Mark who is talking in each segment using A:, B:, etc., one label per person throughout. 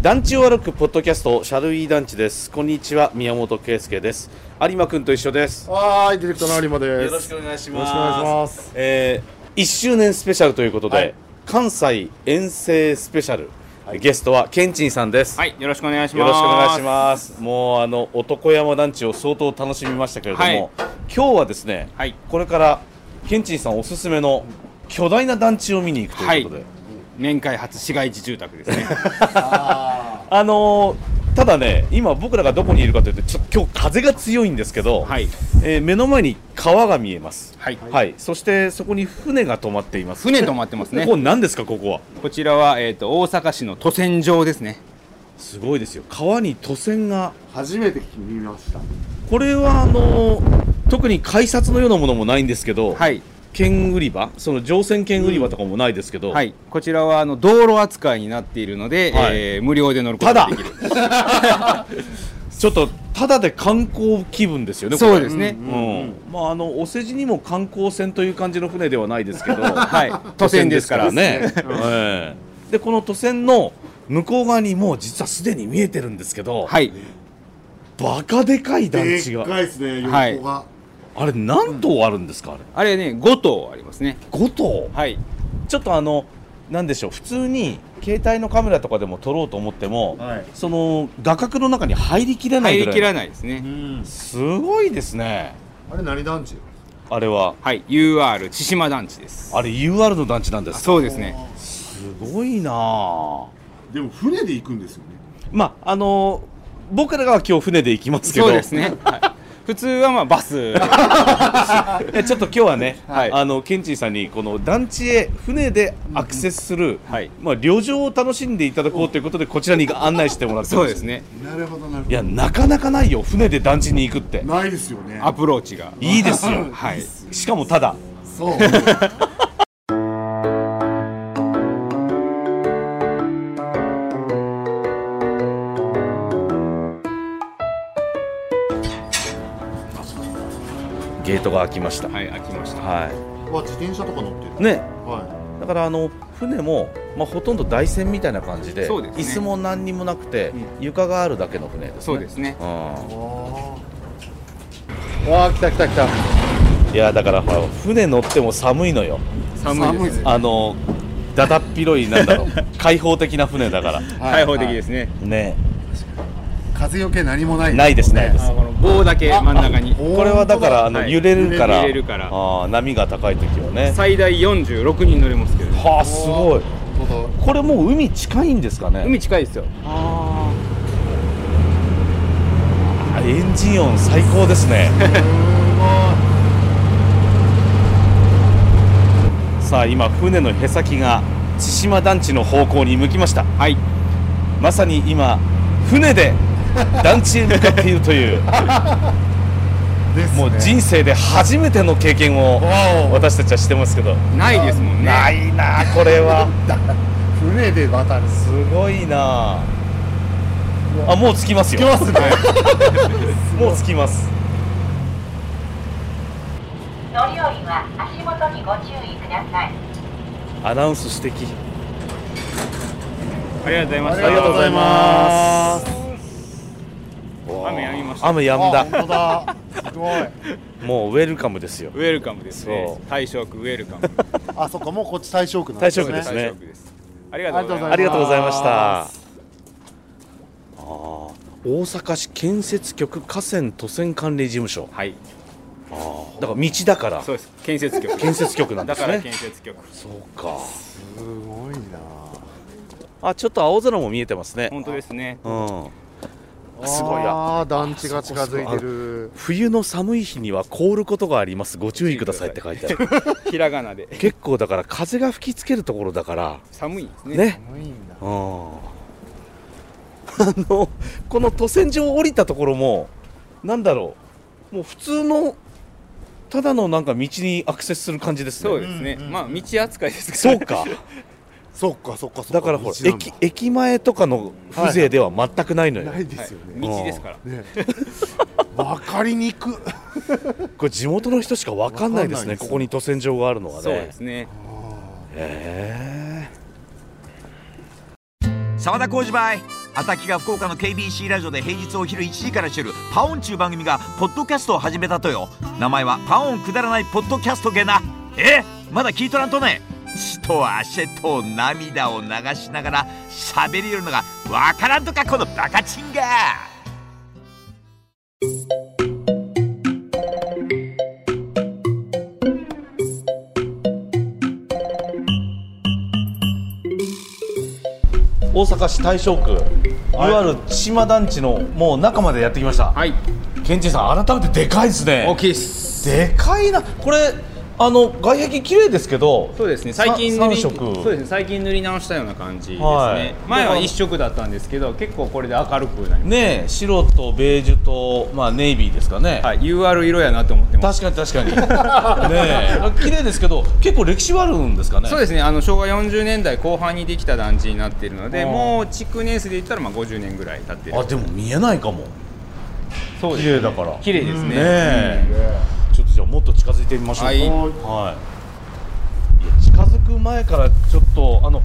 A: 団地を歩くポッドキャストシャルイ団地ですこんにちは宮本圭介です有馬くんと一緒です
B: はーい、ディレクターの有馬です。
A: よろしくお願いし
B: よ
A: ま
B: ろ
A: す
B: しくお願いします。
A: えー、1周年スペシャルということで、
B: はい
A: 関西遠征スペシャル、ゲストはケンチンさんです、
C: はい、よろしくお願いし
A: よ
C: ます。
A: ろしくお願いしますもうあの男山団地を相当楽しみましたけれども、
C: はい
A: 今日はですね、
C: はい
A: これからケンチンさんおすすめの巨大な団地を見に行くということで、
C: はい年会初市街地住宅です ね。
A: あのーただね、今僕らがどこにいるかというと、ちょっと今日風が強いんですけど、
C: はい
A: えー目の前に川が見えます。
C: はい
A: そしてそこに船が止まっています。
C: 船止まってますね
A: こ。こ何ですかここは。
C: こちらはえっ、と大阪市の都線上ですね。
A: すごいですよ。川に渡船が、
B: 初めて見ました。
A: これはあのー特に改札のようなものもないんですけど、
C: はい
A: 券売り場、その乗船券売り場とかもないですけど、
C: はい。こちらはあの道路扱いになっているので、
A: はい
C: えー無料で乗るこ
A: た
C: と
A: だ
C: ができる。、
A: ちょっとただで観光気分ですよね。これ
C: そうですね。
A: うんまああのお世辞にも観光船という感じの船ではないですけど、
C: はい。都線ですからね。
A: ね。ええでこの都線の向こう側にもう実はすでに見えてるんですけど、
C: はい。
A: バカでかい団
B: で
A: 地
B: っ
A: が、
B: かいですね、横が。
C: はい
A: あれ何棟あるんですかあれ
C: あれね、5棟ありますね。
A: 5棟
C: はい。
A: ちょっとあのなんでしょう普通に携帯のカメラとかでも撮ろうと思っても、
B: はい
A: その画角の中に入りきれないぐ
C: 入り
A: らい
C: きらないですね。
A: すごいですね
B: あれ何団地？
A: あれは
C: はい。UR 千島団地です。
A: あれ UR の団地なんですか
C: そうですね。
A: すごいなあ
B: でも船で行くんですよね。
A: まああの僕らが今日船で行きますけど
C: そうですね。はい、普通はまあバス。
A: えちょっと今日はね、
C: はい
A: あのケンチンさんにこの団地へ船でアクセスする、
C: はい
A: まあ、旅情を楽しんでいただこうということでこちらに案内してもらって
C: そう
A: ま
C: ですね。
B: なるほどなるほ
A: いやなかなかないよ船で団地に行くって
B: ないですよね。
C: アプローチが。
A: いいですよ、
C: はい。
A: しかもただ
B: そう。
A: ゲートが開きましたは
C: はい、開きました。
A: い
B: は自転車とか乗ってる。
A: ね
B: は
A: だからあの船も、まあ、ほとんど台船みたいな感じで
C: そうですね
A: 椅子も何にもなくて、
C: う
A: 床があるだけの船ですね
C: そうですね。
A: うん
B: い。わ
A: わあ来た来た来たいやだからほら船乗っても寒いのよ
C: 寒いですね。
A: あのだだっ広いなんだ ろう開放的な船だから
B: あ
C: 開放的ですね。
A: ね
B: 風よけ何もない。
A: ないですないです
C: あこの棒だけ真ん中に。
A: これはだからあ
B: 本
A: の
C: はい
A: 揺れるから,、
C: 揺れるから
A: あー波が高い時はね
C: 最大46人乗れますけど、ね、
A: はあ
B: 当だ
A: すごい。
B: 本当だ
A: これもう海近いんですかね
C: 海近いですよ。
A: あエンジン音最高です ねさあ今船のへさきが千島団地の方向に向きました
C: はい。
A: まさに今船で団地へ向かっていると いう
B: ですね。
A: もう人生で初めての経験を
B: わお
A: 私たちはしてますけど
C: ないですもんね。
A: ないなあこれは
B: 船で渡る。
A: すごいなああもう着きますよ着きますね もう着きます
D: 乗り降りは足元にご注意ください。
A: アナウンス指摘
C: ありがとうございました。
B: ありがとうございます
C: 雨やみました。
A: 雨止んだ
B: 本当だ。すごい。
A: もうウェルカムですよ
C: ウェルカムですね
A: そ。
C: 大正区ウェルカム。
B: あ、そっかもうこっち大正区なん
A: 大正区ですね
C: 大正区です。ありがとうございます。
A: ありがとうございました
B: あ
A: あー大阪市建設局河川都線管理事務所
C: はい。
A: だから道だから
C: そうです。建設局。
A: 建設局なんで
C: だ
A: す
C: から建
A: ね
C: 設局。
A: そうか
B: すごいな。
A: あちょっと青空も見えてますね
C: 本当ですね。
A: うんすごいや
B: あー団地が近づいてる
A: 冬の寒い日には凍ることがありますご注意くださいって書いてある
C: ひらがなで。
A: 結構だから風が吹きつけるところだから
C: 寒いですね。
A: ね
B: 寒いんだ
A: うんあのこの渡船場を降りたところもなんだろうもう普通のただのなんか道にアクセスする感じですね
C: そうですね。
B: うんうんうん
C: まあ道扱いですけ
A: そ
C: ど
A: うか
B: そっかそっかそっか
A: だからほら
B: 道なんだ
A: 駅駅前とかの風情では全くないのよ、
B: ないで
C: はい
B: すよね、
C: 道ですから。
B: ね わかりにく
A: これ地元の人しか分かんないですね
B: わかんないで
A: こ
B: す
A: こに渡船場があるのはね
C: そうですね。
A: へえ
E: 沢田浩二バイアタキが福岡の KBC ラジオで平日お昼1時からしてる「パオン」ちゅう番組がポッドキャストを始めたとよ名前は「パオンくだらないポッドキャストゲな」えまだ聞いとらんとね血と汗と涙を流しながら喋りよるのがわからんとかこのバカチンが
A: 大阪市大正区、い、わゆる千島団地のもう中までやってきました、
C: はい
A: ケンチンさん改めてでかいですね
C: 大きいです
A: でかいなこれあの外壁綺麗ですけど
C: そうですね最近塗
A: 三
C: り
A: 色
C: そうですね最近塗り直したような感じですね、
A: はい
C: 前は一色だったんですけど結構これで明るくなりま
A: ねえ白とベージュと、まあ、ネイビーですかね、
C: すはい UR 色やなと思ってます
A: 確かに確かにねえ 綺麗ですけど結構歴史はあるんですかね
C: そうですねあの昭和40年代後半にできた団地になっているので
A: あー
C: もう築年数で言ったらまあ50年ぐらい経ってる
A: あでも見えないかも
C: そうです
A: 綺麗だから
C: 綺麗ですね,、
A: ねえ、ちょっとじゃあもっと近づいてみましょうか
C: は
A: はいい、いや近づく前からちょっとあの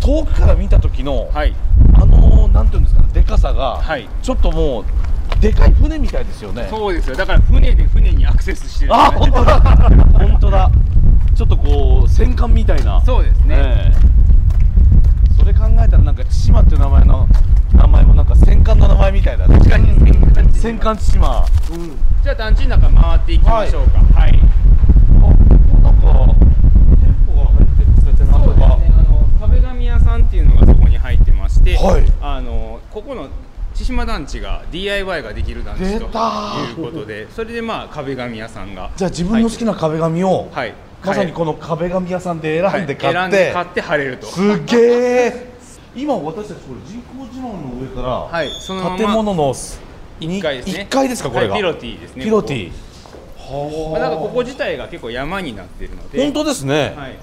A: 遠くから見た時の、
C: はい
A: あのなんていうんですかねでかさが、
C: はい
A: ちょっともうでかい船みたいですよね
C: そうですよだから船で船にアクセスしてる
A: あ本当だ本当だちょっとこう戦艦みたいな
C: そうですね
A: ええそれ考えたらなんか千島っていう名前の名前もなんか戦艦の名前みたいだね
C: 確かに戦艦です
A: 戦艦千島
C: じゃあ団地の中回っていきましょうかはい、
A: あなんか店舗が入ってくれてなんと
C: そうですね
A: か、
C: あの壁紙屋さんっていうのがそこに入ってまして、
A: はい
C: あのここの千島団地が DIY ができる団地とい
A: 出た
C: うことでそれでまあ壁紙屋さんが
A: じゃあ自分の好きな壁紙を、
C: はい
A: まさにこの壁紙屋さんで選んで買
C: は
A: っ
C: い選ん
A: て、
C: で買って貼れると
A: すげえ今私たちこれ人工知能の上から、
C: はいそのまま
A: 建物の
C: 1階ですね
A: 1階ですかこれが、
C: はいピロティですね
A: ピロティ
C: ここまあ、なんかここ自体が結構山になってるので
A: 本当ですね、
C: はい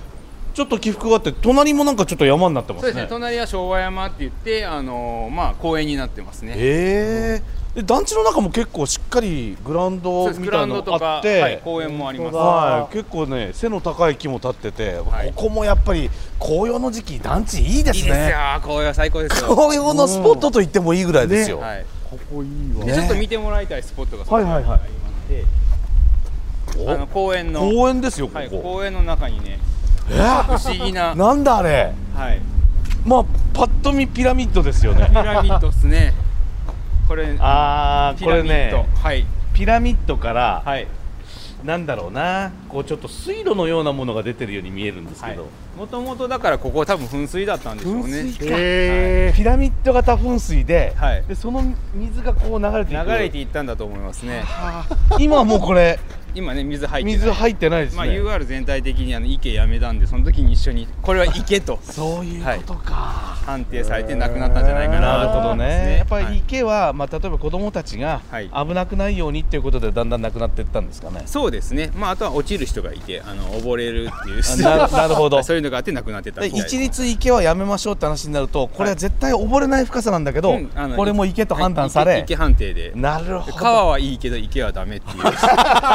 A: ちょっと起伏があって隣もなんかちょっと山になってま
C: そうですすね
A: ね
C: 隣は昭和山って言ってあのーまあ公園になってますね
A: へえで団地の中も結構しっかりグラウン
C: そ
A: ド
C: うです
A: み
C: グ
A: たい
C: ラウン
A: な
C: ド
A: の
C: と
A: あ
C: か、
A: って、
C: はい、公園もあります
A: はい、結構ね背の高い木も立ってて、
C: はい
A: ここもやっぱり紅葉の時期団地いいで
C: い
A: す
C: いですよ
A: ね
C: 紅葉最高ですよ
A: 紅葉のスポットと言ってもいいぐらいですよ、
C: はい
B: ここいいわ
C: で
A: ね
C: ちょっと見てもらいたいスポットがそこに
A: はいはいはい
C: ありましてあの公園の
A: 公園ですよこ
C: はい、
A: こ、
C: 公園の中に ね
A: えー
C: 不思議な、は
A: なんだあれ
C: い、
A: まあパッと見ピラミッドですよね
C: ピラミッドですねこれ
A: あー
C: ピラミッド、はい
A: ピラミッドから、
C: はい
A: なんだろうなこうちょっと水路のようなものが出てるように見えるんですけど、
C: もともとだからここ多分噴水だったんでしょうね
A: 噴水
B: へ
A: ピラミッド型噴水で,、
C: はい
A: でその水がこう流れていく
C: 流れていったんだと思いますね
A: 今はもうこれ
C: 今ね水入ってない
A: 水入ってないです
C: まあ、
A: ね、
C: UR 全体的にあの池やめたんでその時に一緒にこれは池と
A: そういうことか、
C: 判定されてなくなったんじゃない
A: な
C: かな
A: る
C: と
A: ほ
C: 思
A: ど
C: います
A: ねやっぱ
C: は
A: り
C: い
A: 池は、まあ、例えば子どもたちが
C: はい
A: 危なくないようにっていうことでだんだんなくなっていったんですかね、
C: そうですね、まあ、あとは落ちる人がいてあの溺れるっていう
A: ななるほど
C: そういうのがあって亡くなってた
A: で
C: みたいです
A: 一律池はやめましょうって話になるとこれは絶対溺れない深さなんだけど、
C: うんあの
A: これも池と判断され、
C: はい池池判定で
A: なるほ ど
C: 川はいいけど池はダメっていう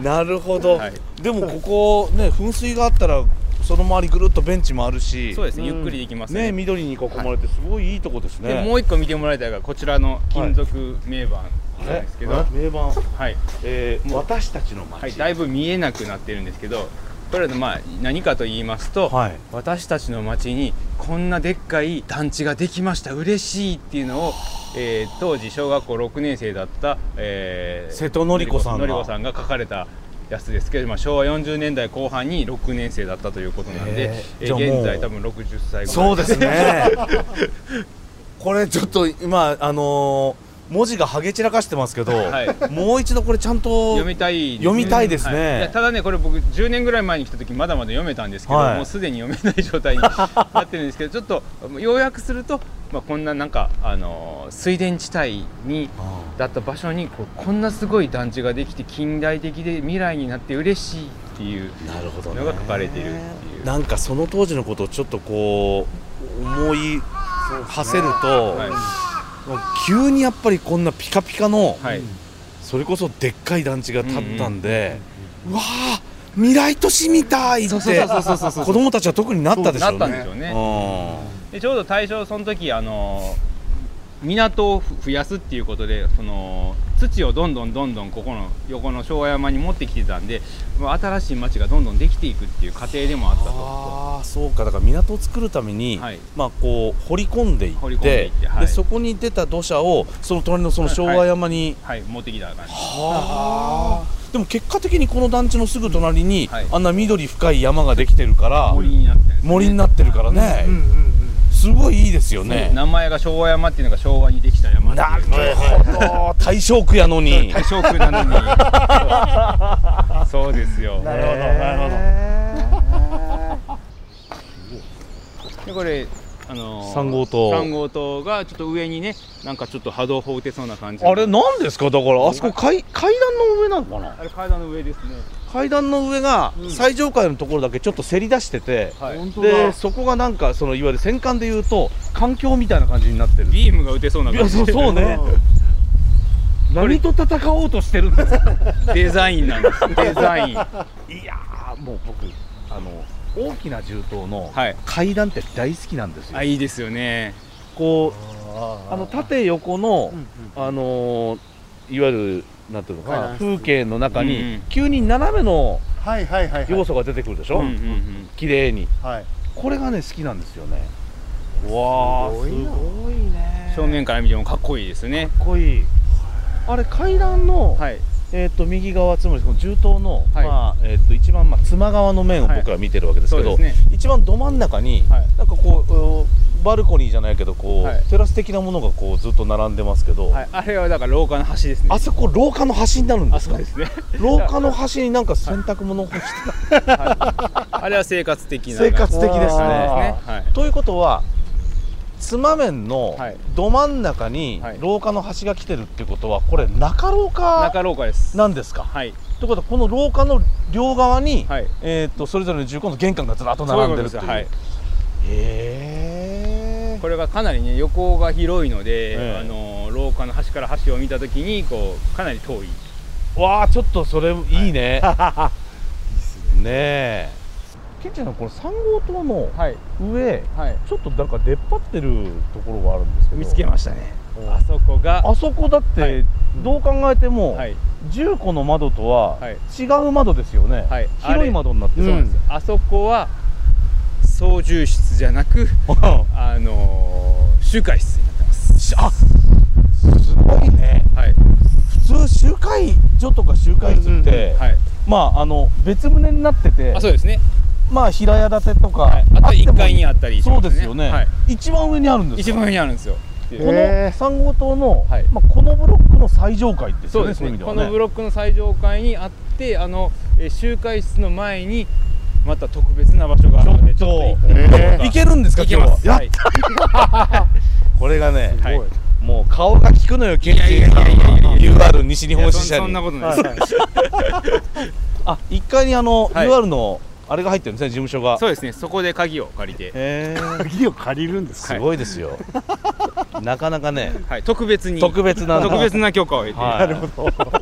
A: なるほど、
C: はい
A: でもここね噴水があったらその周りぐるっとベンチもあるし
C: そうですねゆっくりできます
A: ね
C: ね
A: 緑に囲まれてすごいいいとこですね、
C: でもう一個見てもらいたいがこちらの金属名板なんですけど、はい
A: 名盤、
C: はい
A: えー、私たちの街
C: だいぶ見えなくなってるんですけどこれのまあ何かと言いますと、
A: はい
C: 私たちの町にこんなでっかい団地ができました嬉しいっていうのを、えー当時小学校6年生だった、えー
A: 瀬戸典子さんが
C: のりこさんが書かれたやつですけど、まあ、昭和40年代後半に6年生だったということなん
A: へ、
C: で
A: ー
C: え
A: じゃあもう
C: ー現在多分60歳ぐらい
A: そうですね これちょっと今あのー文字がはげ散らかしてますけど、
C: はい
A: もう一度これちゃんと
C: 読みたいですね、
A: 読みたいですね
C: はやただねこれ僕10年ぐらい前に来た時まだまだ読めたんですけど、
A: はい
C: もうすでに読めない状態に なってるんですけどちょっと要約すると、まあ、こんななんか、あのー水田地帯にだった場所にこうこんなすごい団地ができて近代的で未来になって嬉しいっていう
A: なるほどね
C: のが書かれているっていう。
A: なんかその当時のことをちょっとこう思い馳せると、
C: はい
A: 急にやっぱりこんなピカピカの、
C: はい
A: それこそでっかい団地が建ったんで、うわあ未来都市みたいって
C: そ
A: 子
C: うそうそうそうそうそう
A: 供たちは特になったでしょうね
C: なったんでしょうね
A: うん
C: でちょうど大正その時あのー港をふ増やすっていうことでその土をどんどんどんどんここの横の昭和山に持ってきてたんでまあ新しい町がどんどんできていくっていう過程でもあったと。
A: ああそうかだから港を作るために、
C: はい
A: まあこう掘り込んでいって
C: 掘り込んでいってはい
A: でそこに出た土砂をその隣のその昭和山に、
C: はい、持ってきた感じ
A: でも結果的にこの団地のすぐ隣に、
C: はい
A: あんな緑深い山ができてるから
C: 森になってるんですね
A: 森になってるからね、
B: うんうんうん
A: すごいいいですよね。
C: 名前が昭和山っていうのが昭和にできた山って
A: なる
C: いう
A: ほど大正区やのに
C: 大正 区なの にそうですよ
A: なるほどなるほど
C: でこれあのー
A: 三号棟
C: 三号棟がちょっと上にねなんかちょっと波動砲打てそうな感じ
A: あれなんですかだからあそこ階階段の上なのかな
C: あれ階段の上ですね
A: 階段の上が
C: うん
A: 最上階のところだけちょっとせり出してて、
C: はい
B: 本当だ
A: でそこがなんかそのいわゆる戦艦でいうと環境みたいな感じになってるい
C: ビームが打てそうな感
A: や
C: じ
A: そうそうね何と戦おうとしてるん ですか
C: デザインなんですデザインはい
A: やーもう僕あの大きな銃刀の
C: い
A: 階段って大好きなんですよ、
C: あいいですよね
A: こう
B: あ
A: あの縦横の、
B: うんうん
A: あのーいわゆるなんていうのか
B: はいは
A: ない風景の中に、
C: うんうん
A: 急に斜めの
B: はいはいはいはい
A: 要素が出てくるでしょ、
C: うんうんうん
A: 綺麗に
B: はい
A: これがね好きなんですよねわあす
B: すごいな
A: ごいね
C: 正面から見てもかっこいいですね
A: かっこいいあれ階段の、
C: はい
A: えー、と右側つまりこの銃刀の、
C: はい
A: まあえー、と一番、まあ、妻側の面を僕ら見てるわけです
C: そ
A: け
C: う
A: ど、
C: ですね
A: 一番ど真ん中に、
C: はい
A: なんかこうおバルコニーじゃないけどこう、
C: はい
A: テラス的なものがこうずっと並んでますけど、
C: はいあれはだから廊下の端ですね
A: あそこ廊下の端になるん
C: あ
A: です
C: そ
A: か
C: うですね
A: 廊下の端になんか洗濯物を干してた、
C: あれは生活的な
A: 生活的です
C: そ
A: ね
C: うですね。はい
A: ということは妻面の
C: はい
A: ど真ん中に
C: はい
A: 廊下の端が来てるってことはこれ中廊下
C: 中廊下です
A: なんですか
C: はい
A: ということはこの廊下の両側に、
C: はい
A: えー、とそれぞれの住戸の玄関がずらっと並んでるっていう
C: そういうことで
A: へえ
C: これがかなりね横が広いので、
A: ええ
C: あの廊下の端から端を見た時にこうかなり遠い
A: わあちょっとそれいいね、 ねえケンちゃんのこの3号棟の
C: はい
A: 上、
C: はい
A: ちょっとなんか出っ張ってるところがあるんですけど
C: 見つけましたねあそこが
A: あそこだっ
C: は
A: て
C: い
A: どう考えても
C: はい
A: 10個の窓とは
C: はい
A: 違う窓ですよね
C: はいあ
A: 広い
C: れ
A: 窓になって
C: そう
A: る
C: なんです、あそこは操縦室じゃなくあのー集会室になってます
A: あすごいね
C: はい
A: 普通集会所とか集会室
B: うん
A: っ
B: うん
A: て
C: はい
A: まああの別棟になってて
C: あそうですね
A: まあ平屋建てとか
C: はいあと
A: っても
C: 1階にあったりし
A: そ
C: ま
A: うですよ
C: は
A: ね
C: い
A: 一番上にあるんです
C: 一
A: か
C: 番上にあるんですよ
A: この
B: へー
A: 3号棟の
C: はい
A: まあこのブロックの最上階です
C: そ
A: よ
C: う
A: ね
C: です
A: そういう意味で
C: ねこ
A: は
C: のブ
A: ね
C: ロックの最上階にあってあの、えー集会室の前にまた特別な場所があるので
A: ち
C: ち
A: ょっと
C: ょっと行ってみましょうか
A: いけるんですか
C: 行け
A: 今日
C: ま
A: は
C: す
A: やっ
C: はい
A: これがね
C: はい
B: すごい
A: もう顔が利くのよ、ケン
C: いやいやいやいやい
A: UR 西日
C: い
A: 本
C: やそ
A: 支社
C: そん
A: に
C: な。ことないです、
A: あ、一階にあの、
C: はい
A: UR のあれが入ってるんですね、事務所が。
C: そうですねそこで鍵を借りて、
A: へー
B: 鍵を借りるんですか
A: すごいですよ。なかなかね、
C: はい、特別に
A: 特別な。
C: 特別な許可を得て、
A: はい。なるほど。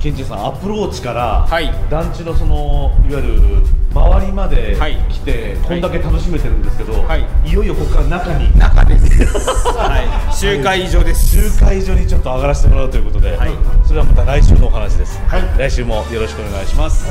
A: ケンジさん、アプローチから、
C: はい
A: 団地のそのいわゆる周りまで
C: はい
A: 来て、
C: い
A: こんだけ楽しめてるんですけど、、
C: はい
A: よいよここから中に
C: はい、集会所です
A: 集会所にちょっと上がらせてもらうということで、
C: はい
A: それはまた来週のお話です、
B: はい
A: 来週もよろしくお願いします、